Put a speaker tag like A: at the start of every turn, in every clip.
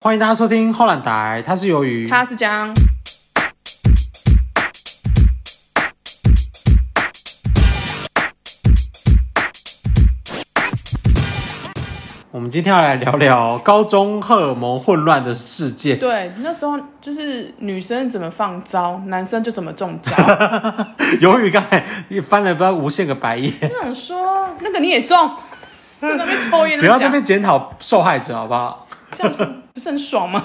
A: 欢迎大家收听后懒台，它是由于
B: 他是将
A: 我们今天要来聊聊高中荷尔蒙混乱的世界。
B: 对那时候就是女生怎么放招，男生就怎么中 招。
A: 由于刚才翻了不知道无限个白 眼，
B: 那种说那个你也中，在那边抽烟
A: 不
B: 那
A: 要
B: 么
A: 这
B: 讲，
A: 边检讨受害者好不好？
B: 这样是不是很爽吗？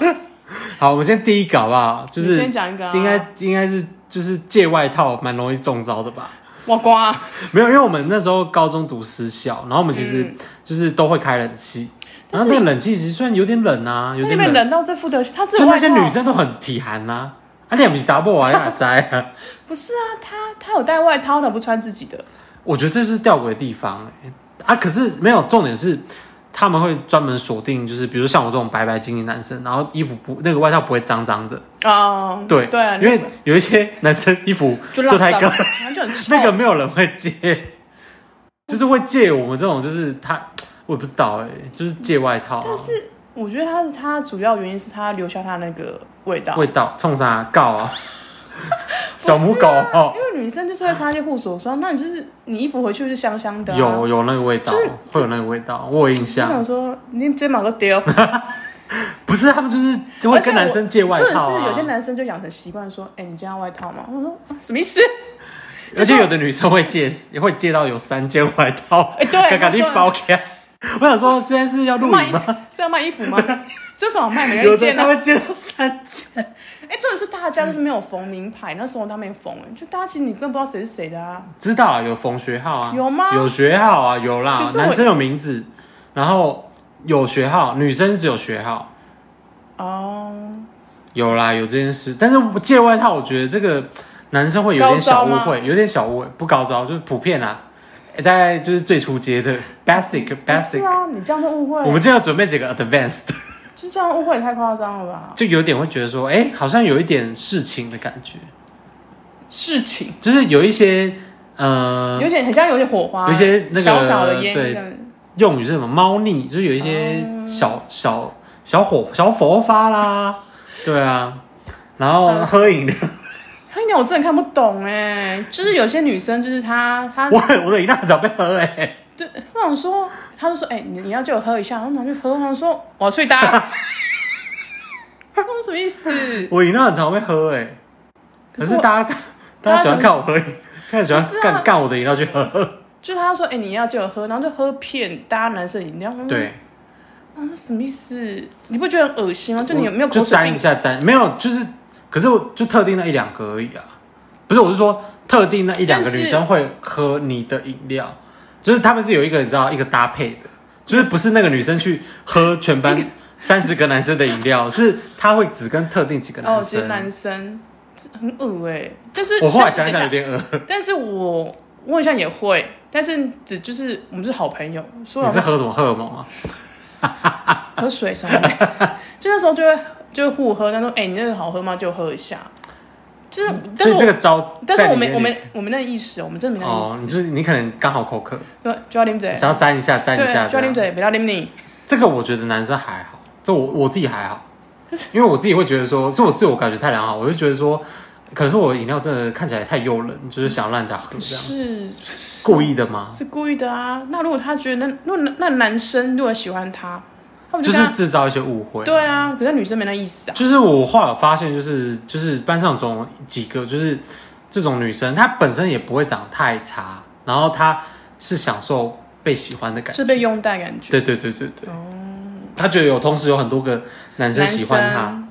A: 好，我们先第一个好不好？ 就是
B: 你先讲一个啊
A: 应该应该是就是借外套蛮容易中招的吧。
B: 哇瓜，
A: 没有，因为我们那时候高中读私校，然后我们其实
B: 嗯
A: 就是都会开冷气，然
B: 但
A: 后
B: 是
A: 那个冷气其实虽然有点冷啊，有
B: 那你
A: 点
B: 们
A: 冷，
B: 冷到这副德行，他只
A: 就
B: 有
A: 那
B: 外
A: 些
B: 套，
A: 女生都很体寒呐、啊，啊，你也不是查某啊，你哪知啊？
B: 不是啊，他他有带外套的，不穿自己的，
A: 我觉得这就是吊诡的地方、欸、啊！可是没有重点是，他们会专门锁定，就是比如像我这种白白净净男生，然后衣服不那个外套不会脏脏的，
B: 哦，
A: 对
B: 对啊，
A: 因为有一些男生衣服
B: 就
A: 就
B: 浪
A: 太
B: 骚
A: 干
B: 嘛，，然后就很 臭
A: 那个没有人会借，就是会借我们这种，就是他我也不知道哎、就是借外套、啊，
B: 但是我觉得他是他主要原因是他留下他那个味道，
A: 味道冲啥告啊，
B: 不是
A: 小
B: 啊
A: 母狗哦
B: 因，为女生就是会擦一些护手霜，那你就是你衣服回去是香香的、啊，
A: 有有那个味道
B: 就是，
A: 会有那个味道，我有印
B: 就想
A: 象。
B: 说你肩膀都 丢，
A: 不是他们就是会
B: 而且
A: 跟
B: 我
A: 男生借外套、
B: 或者
A: 啊，
B: 是有些男生就养成习惯说，哎、你这样外套吗？我说、啊、什么意思？
A: 而且有的女生会借，也会借到有三件外套，
B: 哎 对
A: 赶
B: 我
A: 紧
B: 说
A: 包起来。我想说，现在是 要录
B: 卖
A: 影
B: 衣
A: 吗？
B: 是要卖衣 服吗？这种卖每人
A: 有
B: 一
A: 的
B: 件
A: 他
B: 呢、
A: 会借到三件，
B: 哎、重点是大家就是没有缝名牌，那时候他没有缝，哎就大家其实你根本不知道谁是谁的啊。
A: 知道啊有冯学浩啊，
B: 有吗
A: 有学号啊，有啦
B: 可，是我
A: 男生有名字，然后有学号，女生只有学号，
B: 哦，
A: 有啦，有这件事。但是借外套，我觉得这个男生会有点小误
B: 高招
A: 会，有点小误会，不高招，就是普遍啦、哎大概就是最初阶的 basic
B: 不是
A: basic。
B: 啊，你这样就误会
A: 我
B: 了
A: 们，今天要准备几个 advanced 的。
B: 就这样误会也太夸张了吧？
A: 就有点会觉得说，哎、好像有一点事情的感觉，
B: 事情
A: 就是有一些呃
B: 有点很像有点火花，
A: 有一些那个
B: 小小的烟
A: 对
B: 这样。
A: 用语是什么猫腻，就是有一些
B: 嗯
A: 小、小小火小佛发啦，对啊，然
B: 还
A: 后
B: 有
A: 喝饮料，
B: 他一点哎我真的看不懂哎、就是有些女生就是她她
A: 我我的饮料很早被喝哎、
B: 对，我想说，他就说，哎、你你要借我喝一下，然后拿去喝，我想说我要睡搭， 我说什么意思？
A: 我饮料很常被喝哎、可
B: 可是
A: 是
B: 我
A: 大家大
B: 大
A: 家
B: 家
A: 喜欢
B: 喜欢
A: 看我喝饮，看喜
B: 不是
A: 欢
B: 啊
A: 干干、我的饮料去喝，
B: 就他说，哎、你要借我喝，然后就喝骗大家男生饮料，我想说，
A: 对，
B: 我说什么意思？你不觉得很恶心吗？就你有没有
A: 就
B: 口水
A: 沾一
B: 病？
A: 下沾，没有就是，可是我就特定那一两个而已啊，不是我是说特定那一两个
B: 但是
A: 女生会喝你的饮料，就是他们是有一个你知道一个搭配的，就是不是那个女生去喝全班 三十个男生的饮料，是她会只跟特定几个男
B: 哦，其
A: 生
B: 实。男生这很恶哎、但是
A: 我后来想想有，
B: 但是
A: 点恶，
B: 等一下但是我我好像也会，但是只就是我们是好朋友，说
A: 你
B: 老
A: 是
B: 实话
A: 喝什么荷尔蒙啊？
B: 喝水什么的， 就那时候就会就会互喝，他说：“哎、你那个好喝吗？就喝一下。”就是，
A: 嗯所
B: 但是
A: 以
B: 我
A: 这个招
B: 但是
A: 在你
B: 我没
A: 眼里
B: 我没我没那个意识，我们真的没那个
A: 哦，
B: 意
A: 你
B: 识。
A: 就是你可能刚好口渴，
B: 对，就要啉嘴，
A: 想要沾一下沾一下
B: 对，啊
A: 这
B: 就要
A: 样
B: 啉。嘴，不要啉你。
A: 这个我觉得男生还好，这我我自己还 好，因为我自己会觉得说，是我自我感觉太良好，我就觉得说，可能是我饮料真的看起来太诱人，就是想让人家喝这样，
B: 是
A: 故意的吗？
B: 是故意的啊。那如果他觉得那如果那那男生如果喜欢他，他们
A: 就
B: 跟
A: 是
B: 他
A: 制造一些误会。
B: 对啊，可是女生没那意思啊。
A: 就是我后来有发现，就是就是班上总有几个就是这种女生，她本身也不会长太差，然后她是享受被喜欢的感
B: 就
A: 觉。
B: 被哦拥戴感觉，
A: 对对对对对。她觉得有同时有很多个男生
B: 男
A: 喜欢她，
B: 生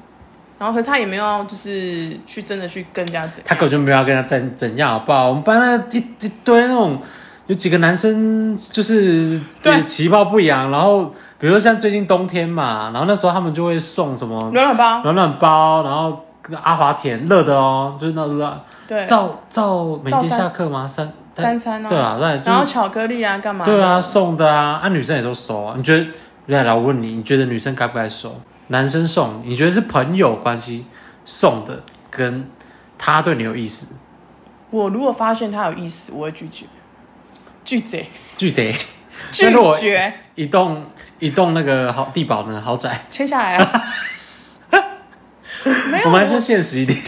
B: 然后可是他也没有要就是去真的去跟人家怎
A: 他
B: 样
A: 根本就没有要跟他怎怎样，好不好？我们班那一一堆那种，有几个男生就是就
B: 对
A: 是其貌不扬，然后比如说像最近冬天嘛，然后那时候他们就会送什么
B: 暖暖包，
A: 暖暖包，然后阿华田热的哦，就是那个
B: 对，
A: 照照每
B: 照
A: 天
B: 三
A: 下课吗？三
B: 三餐啊，
A: 对啊，对，
B: 然
A: 就
B: 后
A: 是
B: 巧克力啊，干嘛？
A: 对啊，，送的啊，啊女生也都收啊。你觉得？来来，我问你，你觉得女生该不该收？男生送，你觉得是朋友关系送的，跟他对你有意思，
B: 我如果发现他有意思，我会拒绝，拒绝，
A: 拒绝？
B: 拒
A: 如果
B: 绝，
A: 一栋一栋那个豪地堡呢豪宅，
B: 签下来啊，没有，
A: 我们还
B: 哎我
A: 是现实一点。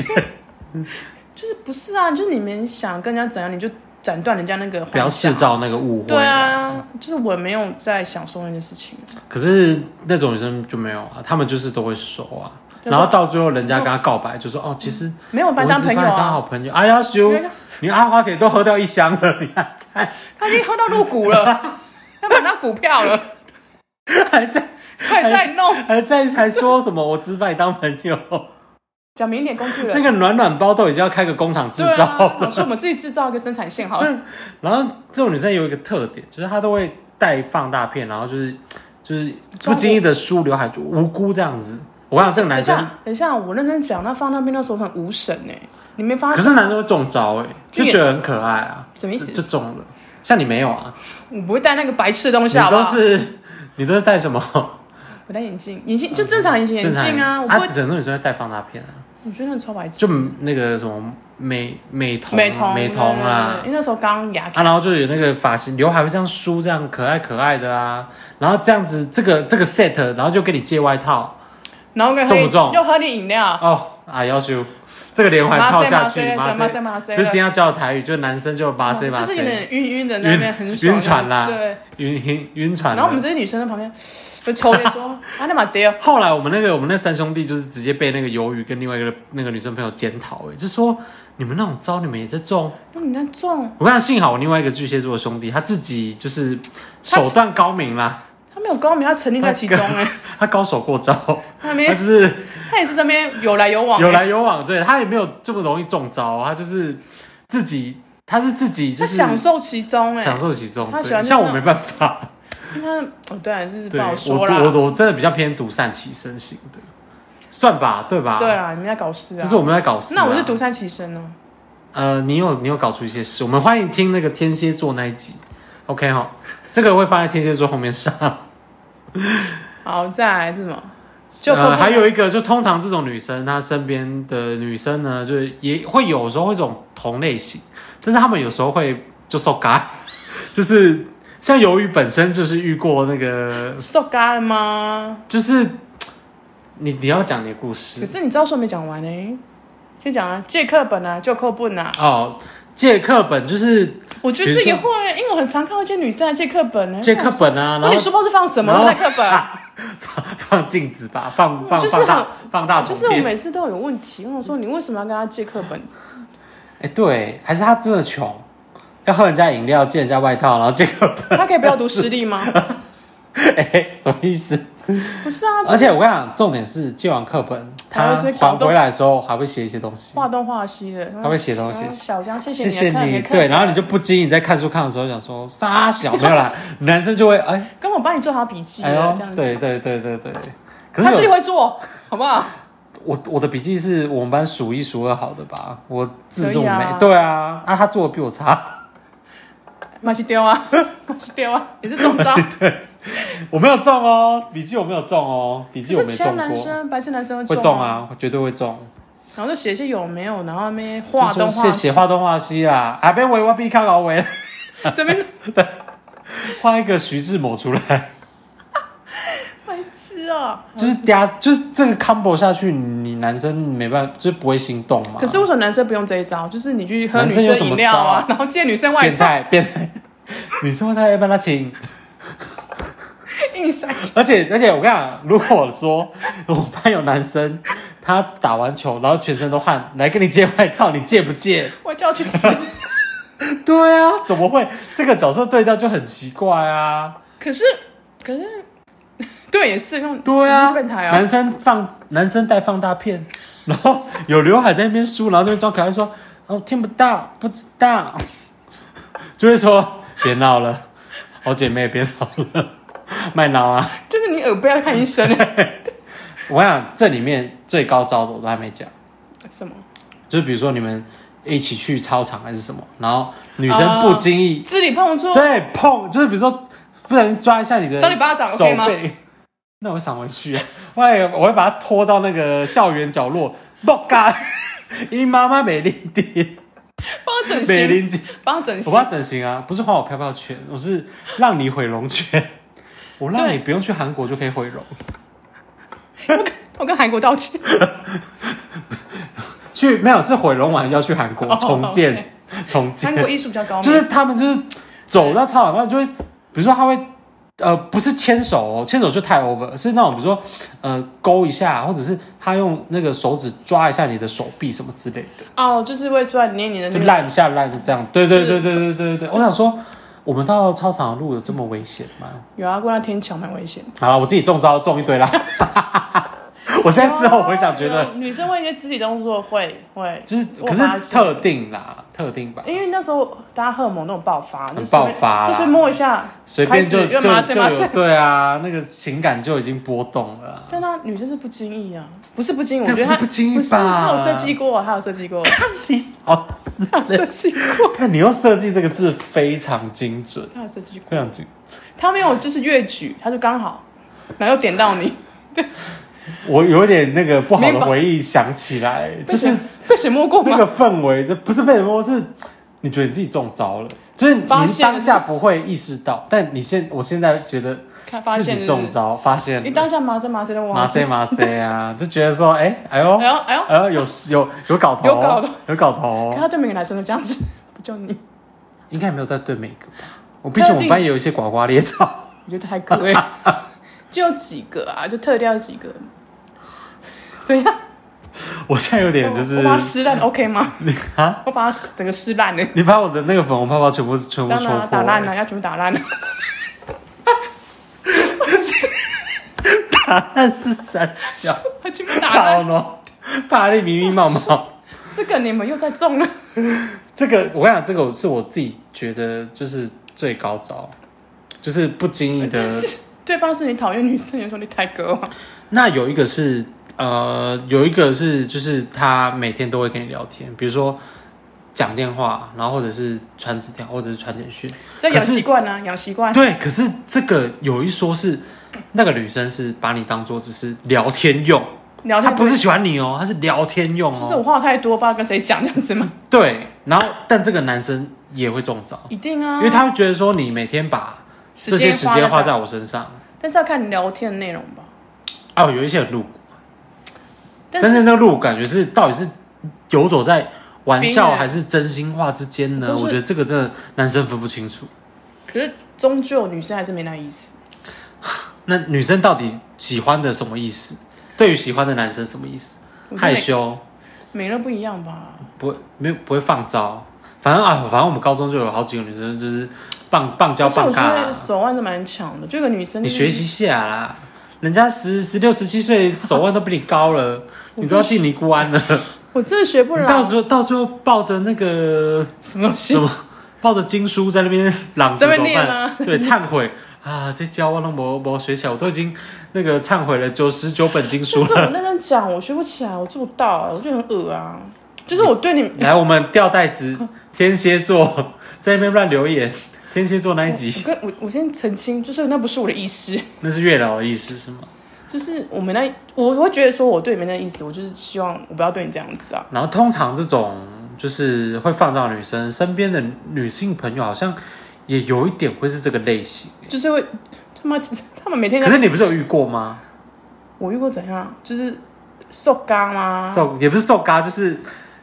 B: 就是不是啊？就是你们想跟人家怎样，你就斩断人家那 个
A: 不要
B: 幻想
A: 制。造那个误会。
B: 对，啊，就是我没有在享受那件事情。
A: 可是那种女生就没有啊，她们就是都会熟啊，
B: 对
A: 然后到最后人家跟她告白，就说哦，其实
B: 没有
A: 我
B: 把
A: 一
B: 你
A: 直
B: 当朋友
A: 把你当好
B: 啊，
A: 朋友。哎呀，
B: 因
A: 修，
B: 为
A: 你阿华田都喝掉一箱了，你还
B: 他已经喝到入股了，他买到股 票了，
A: 还在
B: 他也在弄。
A: 还在还说什么我只把你当朋友？
B: 讲明一点，工具
A: 那
B: 人。
A: 个暖暖包都已经要开个工厂制
B: 对
A: 造
B: 啊，
A: 了。
B: 老师，我们自己制造一个生产线 好了。
A: 然后这种女生有一个特点，就是她都会带放大片，然后就是就是不经意的梳刘海，就无辜这样子。我跟你讲，这个
B: 等一
A: 男生，
B: 下，等一下，我认真讲，那放那边的时候很无神哎，你没发
A: 可
B: 现？
A: 是男生会中招哎、就
B: 就也
A: 觉得很可爱啊，
B: 什么意思
A: 就就中了。像你没有啊，
B: 我不会戴那个白痴的东
A: 你
B: 西，好不
A: 都
B: 好？
A: 是你都是戴什么？
B: 我戴眼镜，眼镜就正常隐形眼
A: 正常
B: 镜啊，我不
A: 啊，
B: 会，
A: 很多女生会戴放大片啊，
B: 我觉得那超白痴
A: 就。那个什么美美瞳、啊
B: 美瞳，
A: 美瞳
B: 对对对
A: 啊
B: 对。因为那时候刚牙
A: 啊，然后就有那个发型，刘海会这样梳，这样可爱可爱的啊，然后这样子，这个这个 set，然后就跟你借外套，
B: 然后跟
A: 重不重
B: 又喝点饮料，
A: 哦，啊，要求这个连环套下去，
B: 马塞马塞
A: 马
B: 马
A: 塞
B: 塞
A: 就是今天要教的台语，就是男生就马塞马
B: 哦就是有
A: 塞，
B: 点晕晕的那边
A: 晕
B: 很爽
A: 晕船啦
B: 对，
A: 晕晕晕船
B: 然
A: 了。
B: 后我们这些女生在旁边就抽 烟说啊那马爹哦，
A: 后来我们那个我们那三兄弟就是直接被那个鱿鱼跟另外一个那个女生朋友检讨，哎，就说你们那种招你们也在中。
B: 那你那重，
A: 我跟你讲，幸好我另外一个巨蟹座的兄弟他自己就是手段高明啦，
B: 他没有高明，他沉溺在其中哎，
A: 他高手过招，
B: 他那
A: 他
B: 边
A: 就是
B: 他也是这边有来有往欸，
A: 有来有往，对他也没有这么容易中招，他就是自己他是自己
B: 他
A: 就是
B: 享受其中哎
A: 享，受其中，
B: 他喜
A: 对
B: 欢就是
A: 像
B: 那
A: 我没办法。
B: 因为他哦对啊是不
A: 对，
B: 好
A: 我
B: 说
A: 我
B: 啦，
A: 我真的比较偏独善其身型的，算吧，对吧？
B: 对，啦，你们在搞事
A: 就
B: 啊
A: 是，我们在搞事、
B: 那我是独。善其身哦，
A: 呃，你有你有搞出一些事，我们欢迎听那个天蝎座那一集，OK 哈，这个会放在天蝎座后面上。
B: 好再来是什么？ 就
A: 呃，还
B: 有
A: 有一个，就通常这种女生，她身边的女生呢，就是也会有时候会这种同类型，但是她们有时候会就受嘎， 就是像鱿鱼本身就是遇过那个，
B: 受嘎了吗？
A: 就是你你要讲你的故事
B: 可，是你知道说没讲完呢、先讲啊，借课本啊，就课本啊，
A: 哦，借课本就是
B: 我觉得自己会，因为我很常看到一些女生来借课本、欸，
A: 借课本啊，
B: 那
A: 然
B: 你
A: 后
B: 书包是放什么？
A: 然后啊
B: 放在课本，
A: 放 放镜子吧，放放
B: 就是
A: 放
B: 很
A: 大放大
B: 就
A: 图
B: 是我
A: 片。
B: 每次都有问题，问我说你为什么要跟她借课 本？
A: 哎，对，还是他真的穷，要喝人家饮料，借人家外套，然后借课本，
B: 她可以不要读私立吗？
A: 哎，什么意思？
B: 不是啊，就
A: 而且
B: 是
A: 我跟你讲，重点是借完课本，
B: 还
A: 他
B: 会被搞
A: 还
B: 动
A: 回来的时候还会写一些东西。
B: 画东画西的，她
A: 会写东西
B: 小江，谢
A: 谢
B: 你的
A: 谢
B: 课，你
A: 你，
B: 的课本
A: 对，然后你就不经意在看书看的时候想说傻小没有 啦，男生就会哎
B: 跟我帮你做好笔记了，啊
A: 哎呦
B: 这样，子。
A: 对对对对对，可
B: 她自
A: 是
B: 己
A: 有
B: 会做，好不好？
A: 我我的笔记是我们班数一数二好的吧，我字这么
B: 可以啊
A: 美，对啊，啊他做的比我差。
B: 马西丢啊， 马西丢啊，也是中招。
A: 我没有中哦，笔记我没有中哦，笔记我
B: 可是
A: 没
B: 其他
A: 中
B: 男
A: 过，
B: 生，白痴男生
A: 会
B: 会
A: 中
B: 啊。
A: 啊，绝对会中。
B: 然后就写一些有没有，然后那边画
A: 就说
B: 东
A: 谢
B: 画
A: 谢
B: 西，
A: 画东画西啦，啊，被维我比看搞维，
B: 这边
A: 画一个徐志摩出来，
B: 白痴啊！
A: 就是嗲，就是这个 combo 下去，你男生没办法，就是不会心动嘛。
B: 可是为什么男生不用这一招？就是你去喝女
A: 男生有什
B: 生
A: 么
B: 饮料啊
A: 招啊，
B: 然后借女生外
A: 变
B: 套，
A: 态变态， 女生会太要帮他请，
B: 硬塞。
A: 而且而且我跟你讲，如果说 我班有男生，他打完球然后全身都汗，来跟你借外套，你借不借？
B: 我就 要去死！
A: 对啊，怎么会？这个角色对调就很奇怪啊。
B: 可是，可是， 对，也是那种
A: 对啊，
B: 变态啊
A: 男！生放男生戴放大片，然后有刘海在那边梳，然后那边装可爱说，哦听不到，不知道，就会说别闹了，好姐妹别闹了，卖闹啊！
B: 就是你耳背要看 医生
A: 我想这里面最高招的我都还没讲，
B: 什么？
A: 就是比如说你们一起去操场还是什么，然后女生
B: 哦
A: 不经意、
B: 肢体碰触，
A: 对碰，就是比如说不小心抓一下你的
B: 扇你巴掌
A: 手
B: 可以吗
A: 背。 那我想回去啊，我会我会把它拖到那个校园角落，爆干！因妈妈美丽的
B: 帮我整
A: 美
B: 形，
A: 丽姐，
B: 帮我整
A: 我
B: 形
A: 帮。她整形啊，不是还我飘飘拳，我是让你毁容拳，我让
B: 对
A: 你不用去韩国就可以毁容。
B: 我跟我跟韩国道歉，
A: 去没有是毁容完要去韩国
B: 哦
A: 重建、重
B: 韩国
A: 建，
B: 艺术比较高明，
A: 就是他们就是走到操场上就会，比如说他会呃不是牵手哦，牵手就太 over，是那种比如说呃勾一下，或者是他用那个手指抓一下你的手臂什么之类的，
B: 哦，就是会出来捏你的
A: 就
B: 那个，
A: 烂下烂就这样，对对对对对对对对，
B: 就是
A: 我想说。我们到操场的路有这么危险吗？
B: 有啊，过那天桥蛮危 险的。
A: 好了，我自己中招中一 堆啦。我现在事后回想，觉得
B: 哦啊有女生会一些肢体动作会会，
A: 就是
B: 我
A: 可
B: 发
A: 是
B: 现
A: 特定啦，特定吧，
B: 因为那时候大家荷尔蒙那种爆发，就
A: 很
B: 随便
A: 爆发啦
B: 就是摸一下，
A: 随便就
B: 开始
A: 就
B: 又
A: 就
B: 麻醉麻醉
A: 有对啊，那个情感就已经波动了啊。
B: 但她女生是不经意啊，不是不经意，我
A: 那
B: 觉得
A: 不是
B: 她
A: 不经意
B: 不是
A: 吧
B: 她有设计过，她有设 计过，
A: 哦，
B: 她有设计过，
A: 看你用设计这个字非常精准，
B: 她有设计过，
A: 非常精。
B: 她没有就是越举，她就刚好，然后又点到你，
A: 我有点那个不好
B: 没
A: 的
B: 把
A: 回忆想起来，就是
B: 被谁摸过
A: 那
B: 吗？
A: 个氛围，这不是被人摸，是你觉得你自己中招了，就是你
B: 发现了
A: 当下不会意识到，但你现我现在觉得
B: 看发
A: 自
B: 现
A: 己
B: 是
A: 中
B: 不是，
A: 招，发现
B: 因为
A: 了
B: 当下麻生麻生的
A: 麻
B: 哇，
A: 塞麻塞啊，就觉得说，哎、哎呦，
B: 哎呦哎呦，
A: 哎呦，有有有搞头，
B: 有搞头，
A: 有搞头
B: 可，她对每个男生都这样子， 不就你，
A: 应该没有在对每个吧。我毕竟我们班也有一些呱呱咧造，
B: 我觉得太 可以，就有几个啊，就特掉几个，怎 样？
A: 我现在有点就是
B: 我我把它撕烂，OK 吗？
A: 你啊，
B: 我把它整个撕烂了，
A: 你把我的那个粉红泡泡全部全部
B: 当
A: 戳
B: 然啊打
A: 破、
B: 烂了，
A: 哎
B: 要全部打烂了。啊
A: 打烂是三 小，
B: 他全部打
A: 打
B: 烂，
A: 了，大力迷迷冒冒。
B: 这个你们又在中了。
A: 这个我跟你讲，这个是我自己觉得就是最高招，就是不经意 的
B: 呃但是对方是你讨厌女生，你就说你太哥啊，
A: 那有一个是呃，有一个是就是他每天都会跟你聊天，比如说讲电话，然后或者是传纸条，或者是传简讯。
B: 这
A: 可
B: 养
A: 是
B: 习惯啊，养习惯。
A: 对，可是这个有一说是那个女生是把你当做只是聊天用，
B: 聊
A: 她
B: 天
A: 啊不是喜欢你哦，她是聊天用
B: 就是我
A: 哦。
B: 话太多，不知道跟谁讲 这样子吗？
A: 对，然后但这个男生也会中招，
B: 一定啊，
A: 因为他会觉得说你每天把这些时间花在我身上，
B: 但是要看你聊天的内容吧。
A: 哦，有一些很露骨。
B: 但
A: 但
B: 是
A: 是那个路感觉是到底是游走在玩
B: 边
A: 笑
B: 缘
A: 还是真心话之间呢？
B: 不是
A: 我觉得这个真的男生分不清楚。
B: 可是终究女生还是没那意思。
A: 那女生到底喜欢的什么意思？对于喜欢的男生什么意思？
B: 我觉得
A: 害羞，
B: 每个人都不一样吧？
A: 不会没有不会放招。反正啊，反正我们高中就有好几个女生就是棒棒
B: 而
A: 交
B: 且我
A: 棒
B: 觉
A: 尬
B: 得
A: 啦，
B: 手腕都蛮强的，就有个女生
A: 啊你
B: 就是
A: 学习下啦。人家十十六十七岁手腕都比你高 了，你都要进尼姑庵了，
B: 我真的学不
A: 你到
B: 了
A: 最后到最后抱着那个
B: 什么东西
A: 什。么啊抱着经书在那边朗读
B: 在
A: 怎
B: 那边
A: 么
B: 念
A: 办？
B: 啊
A: 对，忏悔啊，这教我都没没学起来，我都已经那个忏悔了九十九本经书
B: 但 是
A: 了。
B: 我认真讲，我学不起来，我做不到、我觉得很恶啊。就是我对你，
A: 来，我们吊带子，天蝎座在那边乱留言，天蝎座那一集
B: 我跟我我先澄清，就是那不是我的意思，
A: 那是月老的意思是吗？
B: 就是我没那，我会觉得说我对你没那意思，我就是希望我不要对你这样子啊。
A: 然后通常这种就是会放到女生身边的女性朋友，好像也有一点会是这个类型。
B: 就是会他妈他们每天
A: 可
B: 在
A: 是你不是有遇过吗？
B: 我遇过怎样，就是受刚啊吗？
A: 受也不是受嘎，就是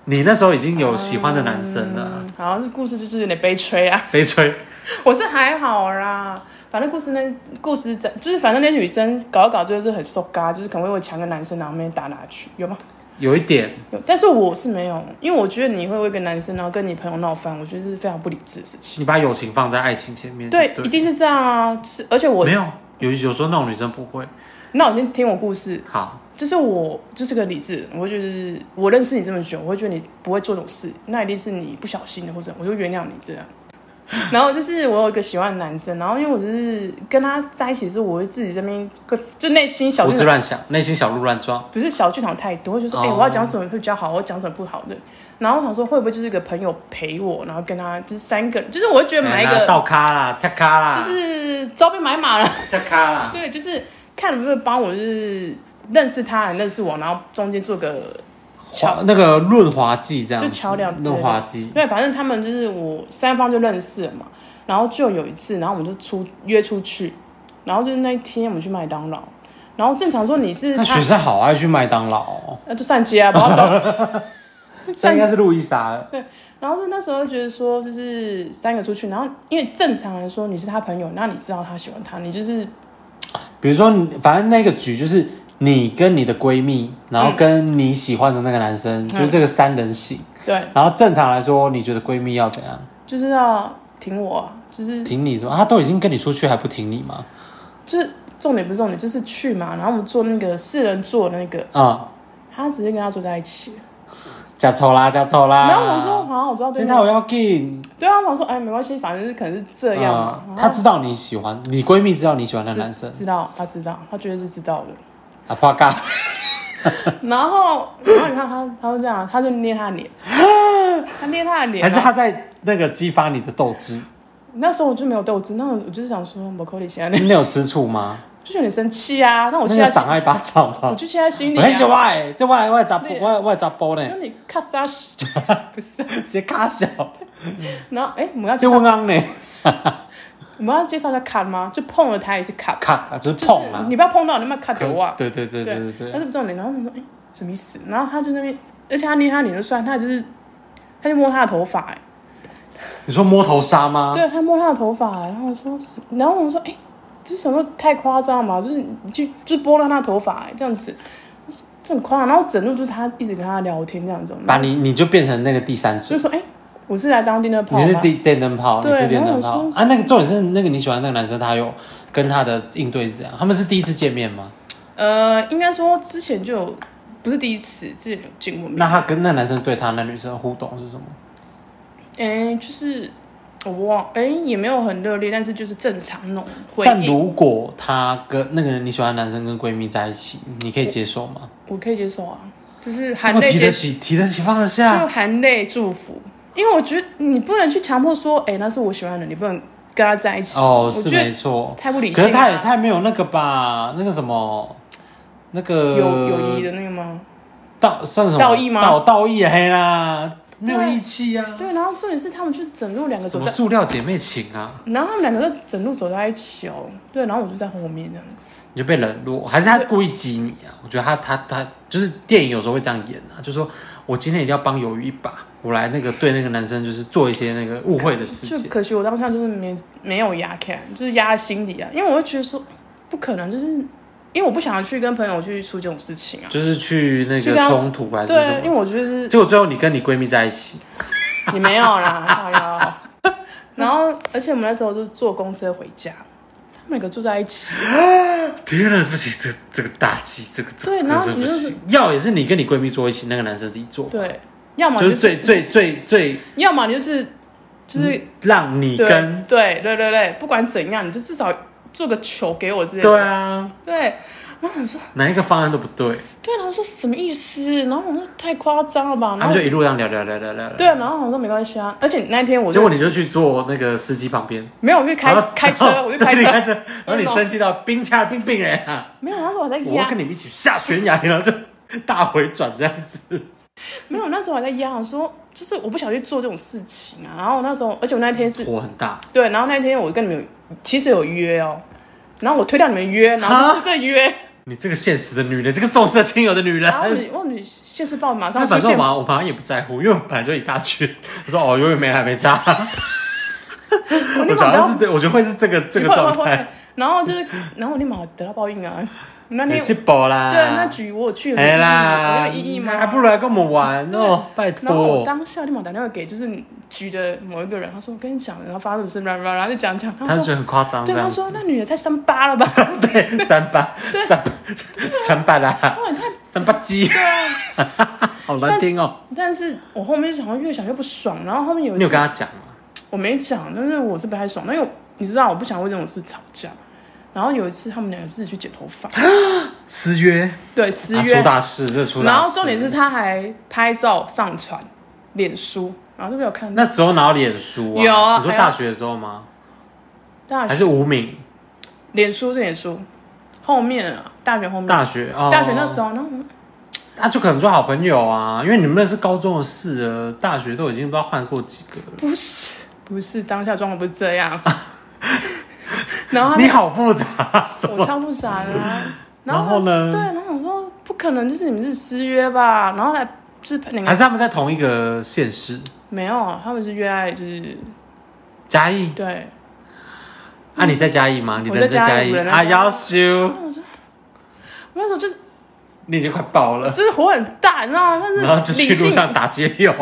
A: 你那时候已经有喜欢的男生了，
B: 嗯，好，这故事就是有点悲催啊。
A: 悲催。
B: 我是还好啦，反正故事那故事在就是反正那女生搞一搞就是很受嘎，就是可能会有强个男生，然后面打打去，有吗？
A: 有一点，
B: 有，但是我是没有，因为我觉得你会为一个男生，然后跟你朋友闹翻，我觉得这是非常不理智的事情。
A: 你把友情放在爱情前面，
B: 对，
A: 嗯对
B: 一，定是这样啊！就是，而且我
A: 没有，有有时候那种女生不会。
B: 那我先听我故事，
A: 好，
B: 就是我就是个理智人，我会觉得是我认识你这么久，我会觉得你不会做这种事，那一定是你不小心的，或者我就原谅你 这样。然后就是我有一个喜欢的男生，然后因为我就是跟他在一起的时候，我会自己这边会就内心小
A: 胡
B: 剧
A: 思
B: 场，
A: 乱想，内心小鹿乱撞。
B: 不是小剧场太多，就说哎、
A: 哦
B: 我要讲什么会比较好，我要讲什么不好的。然后我想说会不会就是一个朋友陪我，然后跟他就是三个，就是我会觉得买一
A: 哎那
B: 个
A: 倒咖啦，跳咖啦，
B: 就是招兵买马了。
A: 跳咖啦。
B: 对，就是看能不能帮我，就是认识他，认识我，然后中间做个
A: 滑
B: 桥。
A: 那个润滑剂这样子，
B: 就桥梁之类的
A: 润滑剂。
B: 对，反正他们就是我三方就认识了嘛。然后就有一次，然后我们就出约出去，然后就是那一天我们去麦当劳，然后正常说你是
A: 那
B: 他
A: 学，生好爱去麦当劳哦，
B: 那就上街啊，不要懂。
A: 这
B: 上
A: 应该是路易莎了。
B: 然后是那时候觉得说，就是三个出去，然后因为正常来说你是他朋友，那你知道他喜欢他，你就是
A: 比如说你，反正那个局就是你跟你的闺蜜，然后跟你喜欢的那个男生，就是这个三人行。
B: 对，
A: 然后正常来说，你觉得闺蜜要怎样？
B: 就是要挺我啊，就是
A: 挺你什么？她都已经跟你出去还不挺你吗？
B: 就是重点不是重点，就是去嘛。然后我们坐那个四人座那个，
A: 啊、
B: 他直接跟他坐在一起。
A: 加丑啦，加丑啦。
B: 然后我说，好像我知道对
A: 这
B: 面
A: 套，我要进。
B: 对啊，我想说，哎，没关系，反正是可能是这样嘛。
A: 嗯
B: 然后
A: 她知道你喜欢，你闺蜜知道你喜欢那
B: 知
A: 男生
B: 知道，他知道，他绝对是知道的。
A: 啊，怕尬。
B: 然后，然后你看他，他就这样，他就捏他 的脸，他捏他的脸。
A: 还是她在那个激发你的斗志？
B: 那时候我就没有斗志，那我就是想说，我扣你现在
A: 你有吃醋吗？
B: 就有点生气啊。那我
A: 那
B: 现
A: 个
B: 在心，
A: 赏爱巴掌
B: 我
A: 吗？
B: 就现在心里、
A: 我
B: 啊
A: 很，喜欢欸，这外外杂
B: 那个
A: 外外杂波呢
B: 那，你咔嚓死， 不是啊？
A: 直接卡小，
B: 然后，哎，我们要介
A: 就
B: 绍
A: 问，安呢，
B: 我们要介绍一下卡吗？就碰了他也是卡，
A: 卡就是
B: 就是
A: 碰啊，
B: 你不要碰到，你不要卡给我啊。
A: 对对对对对对
B: 但是不重点。然后我说，哎、什么意思？然后他就那边，而且他捏他脸就算，他就是，他就摸他的头发、哎、
A: 你说摸头杀吗？
B: 对他摸他的头发、哎然后我说，是然后我说，哎、这是什么太夸张了嘛？就是你去就拨乱他的头发、哎这样子，这很夸张。然后整路就是他一直跟他聊天这样子，
A: 把你你就变成那个第三者
B: 就，说，哎、我是来当电灯泡
A: 你是
B: 吗？
A: 电电灯泡，你
B: 对
A: 是电灯
B: 然后
A: 泡
B: 我说
A: 啊。那个重点是那个你喜欢的那个男生，他有跟他的应对是怎样？他们是第一次见面吗？
B: 呃，应该说之前就有，不是第一次，之前有见过面。
A: 那他跟那男生对他那女生的互动是什么？
B: 哎、就是我忘，哎、也没有很热烈，但是就是正常那种回
A: 但
B: 应，
A: 如果他跟那个你喜欢的男生跟闺蜜在一起，你可以接受吗？
B: 我可以接受啊，就是
A: 这
B: 含
A: 么
B: 泪
A: 提
B: 接
A: 得
B: 受，
A: 起，提得起放得
B: 就
A: 下，
B: 含泪祝福，因为我觉得你不能去强迫说，哎、那是我喜欢的，你不能跟他在一起，
A: 哦，
B: 我
A: 是
B: 觉
A: 没
B: 得
A: 错。
B: 太不理
A: 可是
B: 性啊
A: 他也
B: 了、
A: 太没有那个吧，那个什么，那个
B: 有友谊的那个吗？
A: 道算什么
B: 道义吗
A: 道道义黑啦，没有义气啊。
B: 对，然后重点是他们就整路两个
A: 什
B: 走
A: 么
B: 在，
A: 塑料姐妹情啊？
B: 然后他们两个就整路走在一起哦，对，然后我就在后面这样子，
A: 你就被冷落，还是他故意激你啊？我觉得他他他就是电影有时候会这样演啊，就说我今天一定要帮友谊一把，我来那个对那个男生就是做一些那个误会的事
B: 就
A: 情。
B: 可惜我当下就是没没有压看，就是压在心里啊，因为我会觉得说不可能，就是因为我不想要去跟朋友去出这种事情啊。
A: 就是去那
B: 就
A: 个
B: 跟他
A: 冲突还是
B: 对，
A: 什
B: 因为
A: 么？
B: 我觉得是
A: 结果最后你跟你闺蜜在一起，
B: 也没有啦，哎呀。然后，而且我们那时候就是坐公车回家，他们两个住在一起，
A: 天啊，不行，这个这个大忌，这个这
B: 对
A: 个
B: 然后
A: 这个
B: 你就
A: 不
B: 是
A: 行。要也是你跟你闺蜜坐一起，那个男生自己做，
B: 对，要么
A: 就是
B: 就
A: 最
B: 是，
A: 最最最
B: 要么就是，就是
A: 让你
B: 对
A: 跟
B: 对对对对，不管怎样，你就至少做个球给我之类的。
A: 对啊，
B: 对，然后我说，
A: 哪一个方案都不对，
B: 对，然后说什么意思？然后我说太夸张了吧？
A: 他
B: 然
A: 们
B: 后
A: 就一路这样聊聊聊聊聊。
B: 对，然后我说没关系啊，而且那一天我
A: 结
B: 就
A: 果你就去坐那个司机旁边，
B: 没有我去开
A: 然后
B: 开车
A: 然后，
B: 我就开
A: 对你开
B: 车，
A: 车，然后你生气到冰恰冰冰哎、
B: 没有，那时候我还在
A: 我要
B: 压
A: 跟你们一起下悬崖， 然后就大回转这样子。
B: 没有，那时候还在压，我说就是我不想去做这种事情啊。然后那时候，而且我那天是
A: 火很大，
B: 对，然后那天我跟你们有其实有约哦，然后我推掉你们约，然后就是这约，
A: 你这个现实的女人，这个重色轻友的女人。
B: 然后你我们现实报马上
A: 那
B: 出
A: 反正我
B: 现，
A: 妈我妈也不在乎，因为我本来就一大群。我说哦，永远没来没差。
B: 我立
A: 我
B: 马
A: 好像
B: 得到
A: 是这，我觉得会是这个这
B: 会
A: 个
B: 会
A: 状
B: 会
A: 态。，
B: 然后就是然后我立马得到报应啊。 那
A: 你
B: 天
A: 是宝啦，
B: 对啊那局我有去有什么意
A: 啊哎
B: 义？
A: 啦，
B: 我有意义吗？
A: 还不如来跟我们玩哦，拜
B: 然后我
A: 托。
B: 当下立马打电话给就是局的某一个人，他说我跟你讲，然后发生什么事，然后然后就讲讲，
A: 他
B: 他
A: 就觉
B: 说
A: 得很夸张，这
B: 对，他
A: 样
B: 说
A: 子。
B: 那女的太三八了吧，
A: 对，三八三三八啦，
B: 哇，你太
A: 三八鸡，
B: 对啊。
A: 好难听哦。
B: 但是我后面想要越想越不爽，然后后面有一
A: 你有
B: 次
A: 跟他讲吗？
B: 我没讲，但是我是不太爽，因为我你知道我不想为这种事吵架。然后有一次他们两个自己去剪头 发，
A: 失约，
B: 对，失
A: 啊
B: 约
A: 出。大事，这出大事。
B: 然后重点是，他还拍照上传脸书，然后都没有看到
A: 那。时候哪有脸书啊？
B: 有啊
A: 你说
B: 还有
A: 大学的时候吗？
B: 大
A: 还
B: 学
A: 是无名？
B: 脸书是脸书，后面啊，大学后面，
A: 大学哦，
B: 大学那时候，然后
A: 那、就可能做好朋友啊，因为你们那是高中的事了，大学都已经不知道换过几个了。
B: 不是不是当下状况不是 这样。然后他
A: 你好复杂，什
B: 我
A: 么？
B: 超不傻的、啊。
A: 然
B: 后
A: 后呢
B: 对，然后我说不可能，就是你们是私约吧？然后来就是你
A: 还
B: 们
A: 是他们在同一个县市？
B: 没有，啊他们是约爱，就是
A: 嘉义？
B: 对。
A: 啊，你在嘉义吗？你
B: 我
A: 人
B: 在
A: 在
B: 嘉
A: 嘉
B: 义
A: 义？
B: 我人在
A: 啊，
B: 嘉义
A: 要修，
B: 我那时候就是
A: 你已经快爆了，
B: 就是火很大，你知道吗？
A: 然后
B: 但
A: 就是去
B: 理性
A: 路上打街友，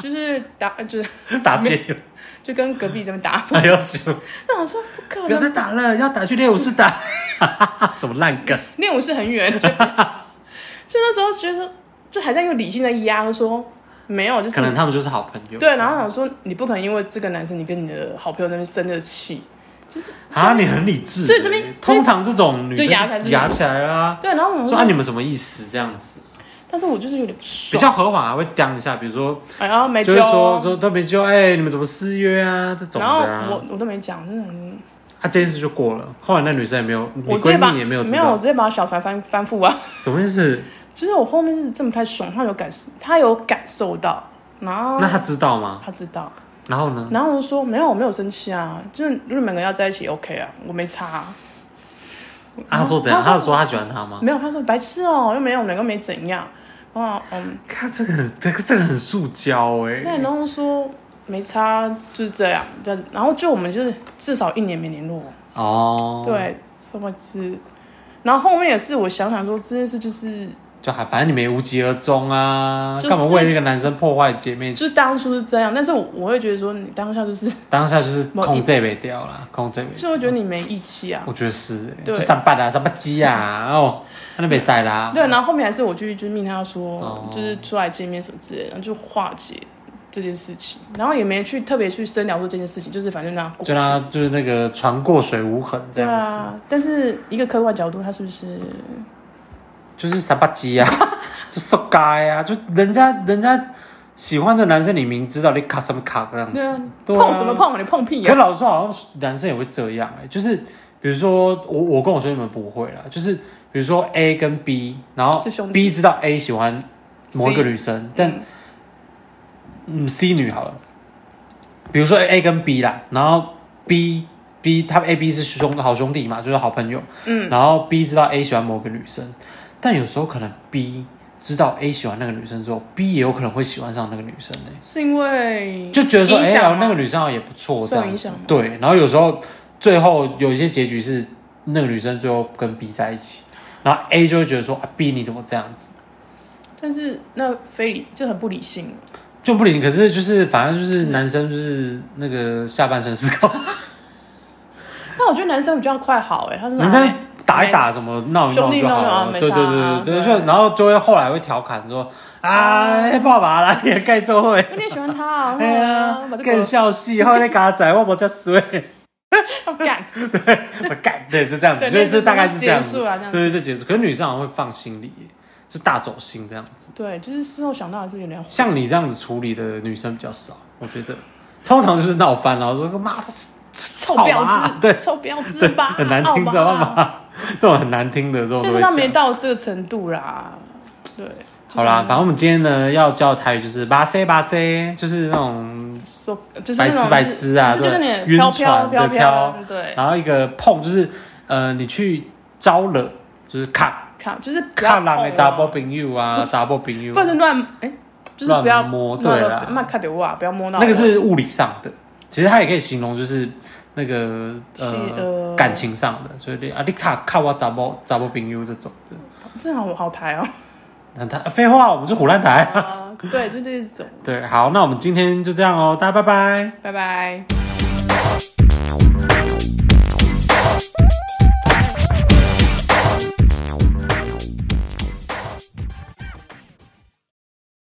B: 就是打就是
A: 打街友，
B: 就跟隔壁这边打。
A: 还要修，
B: 那我说不可
A: 不要
B: 能，
A: 再打了，要打去练武室打， 怎么烂梗？
B: 练武是很远，就 就那时候觉得就好像有理性在压，就说没有，就
A: 可
B: 是
A: 能他们就是好朋友。
B: 对，然后想说你不可能因为这个男生，你跟你的好朋友在那边生着气，就是
A: 啊，你很理智
B: 这这边
A: 欸。通常这种女生
B: 就压起来就是
A: 压起来啦，
B: 对，然后我
A: 说
B: 想
A: 啊
B: 说，
A: 你们什么意思这样子，
B: 但是我就是有点不
A: 比
B: 爽，
A: 较和缓啊，会当一下，比如说
B: 哎呀没
A: 就
B: 揪
A: 是
B: 哦，
A: 说说都没救，哎，你们怎么失约啊这种的
B: 然后
A: 啊
B: 我，我都没讲，就是很
A: 他这件事就过了。后来那女生也没有，你
B: 我直接
A: 闺
B: 把
A: 蜜也没有知
B: 没有，我
A: 道，
B: 直接把小船翻翻覆啊。
A: 什么意思？
B: 其实我后面是真的不太爽，他有感他有感受到，然后
A: 那他知道吗？
B: 他知道，
A: 然后呢？
B: 然后我就说没有，我没有生气啊，就是如果你们两个要在一起 OK 啊，我没差、啊。
A: 啊他说怎样？他有说他喜欢他吗？
B: 没有，他说白痴哦、又没有，我们两个没怎样。哇，嗯，
A: 看这个很，这个这个很塑胶哎、
B: 对，然后说没差，就是这样。对，然后就我们就是至少一年没联络，
A: 哦，，
B: 对，什么之。然后后面也是，我想想说这件事就是，
A: 就还反正你们也无疾而终啊，
B: 就是
A: 干嘛为那个男生破坏姐妹？
B: 就是当初是这样，但是我我会觉得说你当下就是，。
A: 当下就是控这没掉啦，控这没
B: 就会觉得你没义气啊。
A: 我觉得是、欸，
B: 对
A: 就三八啦，三八鸡啊，哦，他那边塞啦，
B: 对，然后后面还是我去就是命他说，
A: 嗯哦
B: 就是出来见面什么之类的，然后就化解这件事情，然后也没去特别去深聊说这件事情，就是反正让他过去
A: 就。让他就是那个船过水无痕这
B: 对
A: 样子，嗯
B: 啊，但是一个客观角度，他是不是
A: 就是三八鸡啊， 就受该啊，就人家人家喜欢的男生，你明知道你卡什么卡这样子
B: 对，啊？
A: 对啊
B: 碰什么碰？你碰屁啊
A: 可
B: 呀、
A: 老实说，好像男生也会这样哎、就是比如说我我跟我说你们不会啦，就是比如说 A 跟 B，然后
B: 是兄弟
A: B 知道 A 喜欢某一个女生，但
B: 嗯
A: 嗯 C 女好了，比如说 A 跟 B 啦，然后 B B 他们 A B 是兄好兄弟嘛，就是好朋友，
B: 嗯，
A: 然后 B 知道 A 喜欢某个女生，但有时候可能 B 知道 A 喜欢那个女生之后，B 也有可能会喜欢上那个女生呢、
B: 是因为
A: 就觉得说，
B: 影
A: 哎、
B: 响
A: 呀，
B: 吗
A: 那个女生好像也不错，这
B: 受
A: 样
B: 影
A: 子
B: 响吗。
A: 对，然后有时候最后有一些结局是那个女生最后跟 B 在一起，然后 A 就会觉得说啊，B 你怎么这样子，
B: 但是那非理就很不理性了，
A: 就不理你。可是就是反正就是男生就是那个下半身 思考，
B: 那我觉得男生比较快好哎、他说
A: 男生打一打怎么闹一闹
B: 兄弟
A: 就好
B: 弄一弄啊
A: 了，
B: 没
A: 对对
B: 差啊
A: 对对对，
B: 对
A: 就然后就会后来会调侃说啊，爸爸啦，你也盖做 会。
B: 哎你也喜欢他啊，
A: 哎呀
B: 哇把，这
A: 更
B: 个
A: 笑戏，后来嘎仔，我无遮水，
B: 要 干，
A: 我干，对，就这样子，
B: 对，
A: 所以
B: 类似
A: 这大概是这样
B: 结
A: 子
B: 束。啊，这样子，
A: 对对，就结束。可是女生好像会放心里耶，就大走心这样子。
B: 对，就是事后想到还是有点火，
A: 像你这样子处理的女生比较少，我觉得通常就是闹翻了，然后说个妈的
B: 臭
A: 臭
B: 婊子，
A: 对，
B: 臭婊子吧， 哦
A: 很难听，
B: 好吧
A: 知道吗？ 这种很难听的这种
B: 但
A: 都
B: 是
A: 会
B: 他没
A: 讲。
B: 到这个程度啦，对，就是
A: 好啦，反正我们今天呢要教的台语就是巴塞巴塞，就是那种，
B: 说就是那种
A: 白痴白痴啊
B: 就是就是
A: 对
B: 你飘飘
A: 晕船
B: 飘
A: 对啊
B: 飘，对，
A: 然后一个碰就是呃你去招惹，就是卡
B: 看就是不要
A: 卡人的
B: 碰
A: 查
B: 我
A: 波朋友啊，查波朋友
B: 不
A: 啊，
B: 能乱哎，就是不要
A: 乱摸
B: 乱
A: 对啦
B: 那看得哇，不要摸到
A: 那个
B: 我
A: 是物理上的，其实它也可以形容就是那个
B: 是呃
A: 呃感情上的，所以你啊你卡卡我咋不咋不朋友这种的，
B: 正好我好 台哦，
A: 那他废话，我们是胡乱台。
B: 啊对，就这种，
A: 对，好，那我们今天就这样哦，大家拜拜。
B: 拜拜。